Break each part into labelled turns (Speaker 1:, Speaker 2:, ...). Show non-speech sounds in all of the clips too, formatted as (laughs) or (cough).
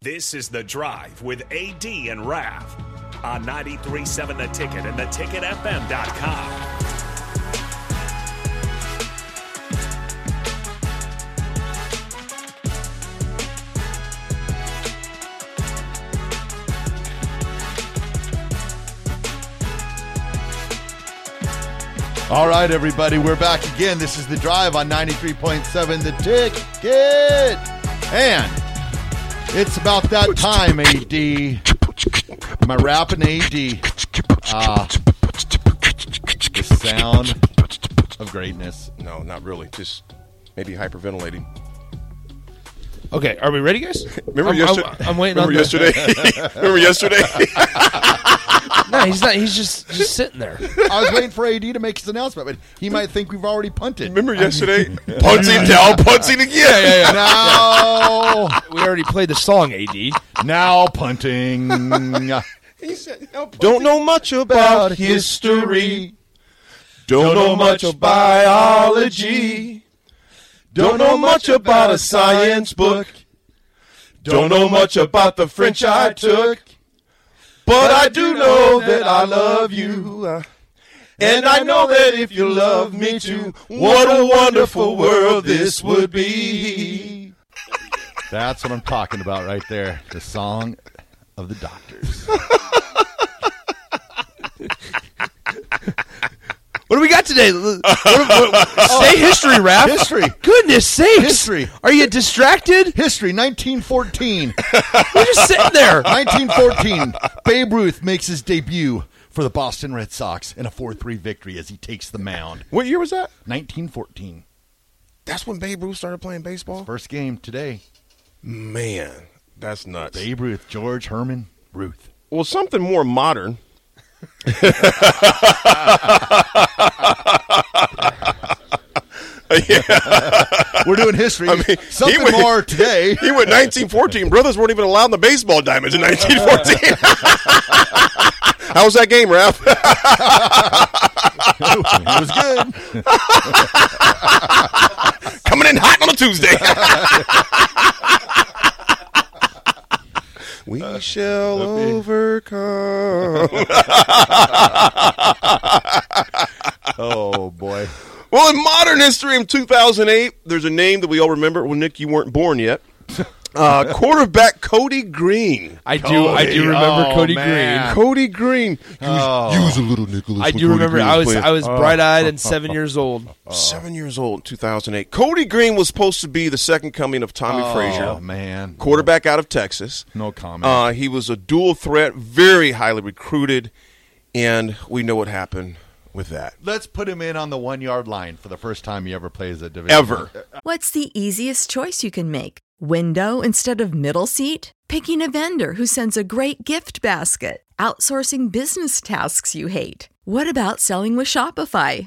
Speaker 1: This is The Drive with AD and Rav on 93.7 The Ticket and theticketfm.com.
Speaker 2: All right, everybody, we're back again. This is the drive on 93.7 The Ticket. And it's about that time, AD. My rapping AD. Ah, the sound of greatness.
Speaker 3: No, not really. Just maybe hyperventilating.
Speaker 4: Okay, are we ready, guys?
Speaker 3: (laughs) Remember
Speaker 4: I'm,
Speaker 3: yesterday?
Speaker 4: I'm, I'm waiting
Speaker 3: remember
Speaker 4: on the-
Speaker 3: yesterday.
Speaker 4: (laughs)
Speaker 3: remember yesterday?
Speaker 4: No, he's not. He's just just sitting there.
Speaker 2: I was waiting for AD to make his announcement, but he might think we've already punted.
Speaker 3: remember yesterday? punting down, punting again.
Speaker 2: Now,
Speaker 4: We already played the song, AD.
Speaker 2: now punting.
Speaker 3: He said, no, punting.
Speaker 2: Don't know much about history.
Speaker 3: don't
Speaker 2: know much of biology. Don't know much about a science book. Don't know much about the French I took. But I do know that I love you. And I know that if you love me too, what a wonderful world this would be. That's what I'm talking about right there. The song of the doctors.
Speaker 4: What do we got
Speaker 3: (laughs)
Speaker 4: today? What- what- say history, rap.
Speaker 2: History.
Speaker 4: Goodness sakes.
Speaker 2: History.
Speaker 4: Are you distracted?
Speaker 2: History 1914.
Speaker 4: We're just sitting there.
Speaker 2: 1914, Babe Ruth makes his debut for the Boston Red Sox in a 4 3 victory as he takes the mound.
Speaker 3: What year was that?
Speaker 2: 1914.
Speaker 3: That's when Babe Ruth started playing baseball.
Speaker 2: First game today.
Speaker 3: Man, that's nuts.
Speaker 2: Babe Ruth, George Herman Ruth.
Speaker 3: Well, something more modern. (laughs)
Speaker 2: We're doing
Speaker 3: (laughs)
Speaker 2: history. Something
Speaker 3: would-
Speaker 2: more today.
Speaker 3: (laughs) He went 1914. Brothers weren't even allowed in the baseball diamonds in (laughs) 1914. How was that game, Ralph?
Speaker 2: (laughs)
Speaker 3: (laughs)
Speaker 2: it was good.
Speaker 3: Coming in hot on a Tuesday. (laughs) we shall overcome.
Speaker 2: Oh, boy.
Speaker 3: Well, in modern history in 2008, there's a name that we all remember. Well, Nick, you weren't
Speaker 2: (laughs)
Speaker 3: born yet. Uh, quarterback Cody Green.
Speaker 4: I do. I do
Speaker 2: Cody.
Speaker 4: remember
Speaker 2: Oh,
Speaker 4: Cody
Speaker 2: man.
Speaker 4: Green.
Speaker 3: Cody Green. Use, use a little Nicholas.
Speaker 4: I
Speaker 3: when
Speaker 4: do
Speaker 3: Cody
Speaker 4: remember.
Speaker 3: Green Oh.
Speaker 4: I was
Speaker 3: playing.
Speaker 4: I was bright eyed and seven years old.
Speaker 2: Uh.
Speaker 3: seven years old in 2008. Cody Green was supposed to be the second coming of Tommy
Speaker 2: Oh,
Speaker 3: Frazier,
Speaker 2: man.
Speaker 3: quarterback out of Texas.
Speaker 2: No comment.
Speaker 3: Uh, he was a dual threat, very highly recruited, and we know what happened with that.
Speaker 2: Let's put him in on the one yard line for the first time he ever plays at Division
Speaker 3: Ever.
Speaker 5: What's the easiest choice you can make? Window instead of middle seat? Picking a vendor who sends a great gift basket? Outsourcing business tasks you hate? What about selling with Shopify?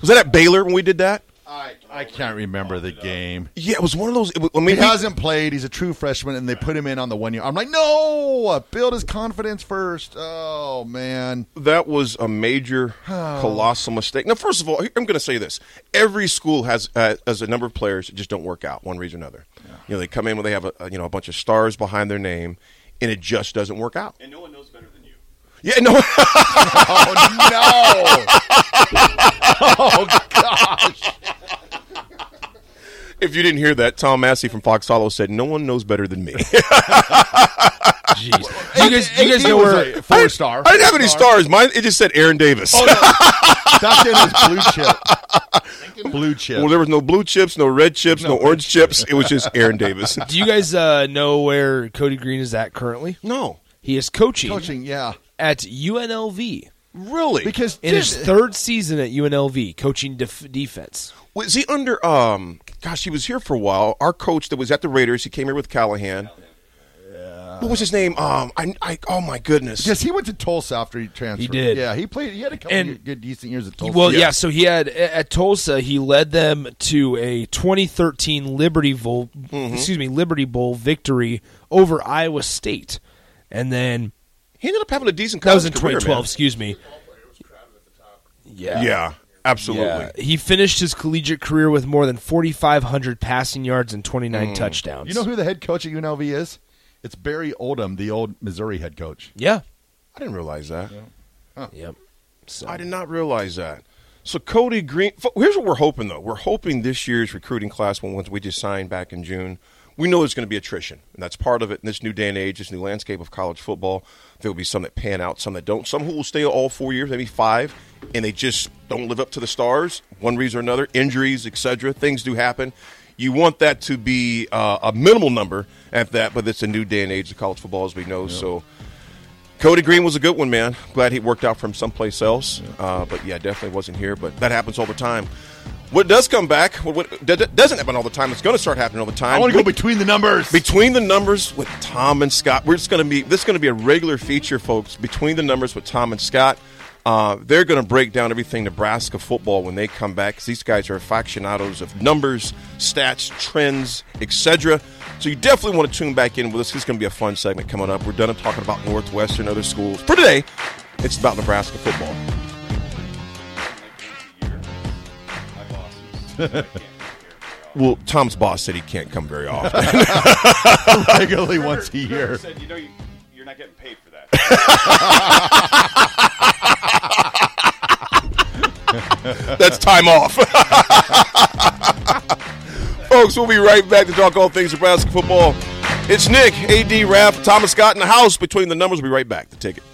Speaker 3: Was that at Baylor when we did that?
Speaker 6: I, I can't remember the game.
Speaker 3: Yeah, it was one of those. It, was- I
Speaker 6: He
Speaker 3: mean, we-
Speaker 6: hasn't played. He's a true freshman, and they put him in on the one year. I'm like, no, uh, build his confidence first. Oh man,
Speaker 3: that was
Speaker 6: (sighs)
Speaker 3: a major,
Speaker 6: Oh.
Speaker 3: colossal mistake. Now, first of all, I'm going to say this: every school has uh, has a number of players that just don't work out one reason or another. You know, they come in when they have a, a, you know a bunch of stars behind their name, and it just doesn't work out. And no one knows better than you. Yeah, no. (laughs)
Speaker 6: oh no. (laughs) Oh,
Speaker 3: if you didn't hear that, Tom Massey from Fox Hollow said, "No one knows better than me." (laughs)
Speaker 4: Jeez. You guys, you guys
Speaker 6: He
Speaker 4: know
Speaker 6: was
Speaker 4: where
Speaker 6: a four star. Oh,
Speaker 3: I didn't have any stars. Mine it just said Aaron Davis.
Speaker 6: That's in his blue chip. Blue chip.
Speaker 3: well, there was no blue chips, no red chips, no, orange chips. It was just Aaron Davis.
Speaker 4: (laughs) Do you guys uh, know where Cody Green is at currently?
Speaker 3: no,
Speaker 4: He is coaching,
Speaker 6: coaching, yeah.
Speaker 4: at UNLV
Speaker 3: really?
Speaker 6: Because
Speaker 4: in his
Speaker 6: dude,
Speaker 4: third season at UNLV, coaching def- defense.
Speaker 3: Was he under? Um, gosh, he was here for a while. Our coach that was at the Raiders, he came here with Callahan. What was his name? Um, I, I, oh my goodness.
Speaker 6: Because he went to Tulsa after he transferred.
Speaker 4: He did.
Speaker 6: Yeah, he played. He had a couple
Speaker 4: And-
Speaker 6: good, good, decent years at Tulsa.
Speaker 4: Well, yeah. So he had a- at Tulsa, he led them to a 2013 Liberty Bowl, excuse me, Liberty Bowl victory over Iowa State, and then
Speaker 3: he ended up having a decent.
Speaker 4: that was in
Speaker 3: college career,
Speaker 4: 2012. excuse me.
Speaker 3: man.
Speaker 4: Yeah.
Speaker 3: Yeah, absolutely.
Speaker 4: Yeah. He finished his collegiate career with more than 4,500 passing yards and 29 touchdowns.
Speaker 6: You know who the head coach at UNLV is? It's Barry Oldham, the old Missouri head coach.
Speaker 4: Yeah.
Speaker 3: I didn't realize that.
Speaker 4: Yep. So
Speaker 3: I did not realize that. So Cody Green. f- Here's what we're hoping though. We're hoping this year's recruiting class, when once we just signed back in June, we know there's going to be attrition, and that's part of it. In this new day and age, this new landscape of college football, there will be some that pan out, some that don't. Some who will stay all four years, maybe five, and they just don't live up to the stars, one reason or another, injuries, etc. Things do happen. You want that to be uh, a minimal number at that, but it's a new day and age of college football, as we know. So. Cody Green was a good one, man. Glad he worked out from someplace else. Uh, but yeah, definitely wasn't here. But that happens all the time. What does come back? What, what d- d- doesn't happen all the time? It's going to start happening all the time.
Speaker 6: I want to go
Speaker 3: We-
Speaker 6: between the numbers.
Speaker 3: between the numbers with Tom and Scott. We're just going to be this is going to be a regular feature, folks. Between the numbers with Tom and Scott. Uh, they're going to break down everything Nebraska football when they come back. 'cause these guys are aficionados of numbers, stats, trends, etc. So you definitely want to tune back in with us. It's going to be a fun segment coming up. We're done talking about Northwestern, other schools. For today, it's about Nebraska football. Well, Tom's boss said he can't come very often.
Speaker 6: regularly once a year.
Speaker 7: said, you know, you, you're not getting paid for that.
Speaker 3: That's time off. (laughs) Folks, we'll be right back to talk all things Nebraska football. It's Nick, AD Raff, Thomas Scott in the house between the numbers. We'll be right back. The ticket.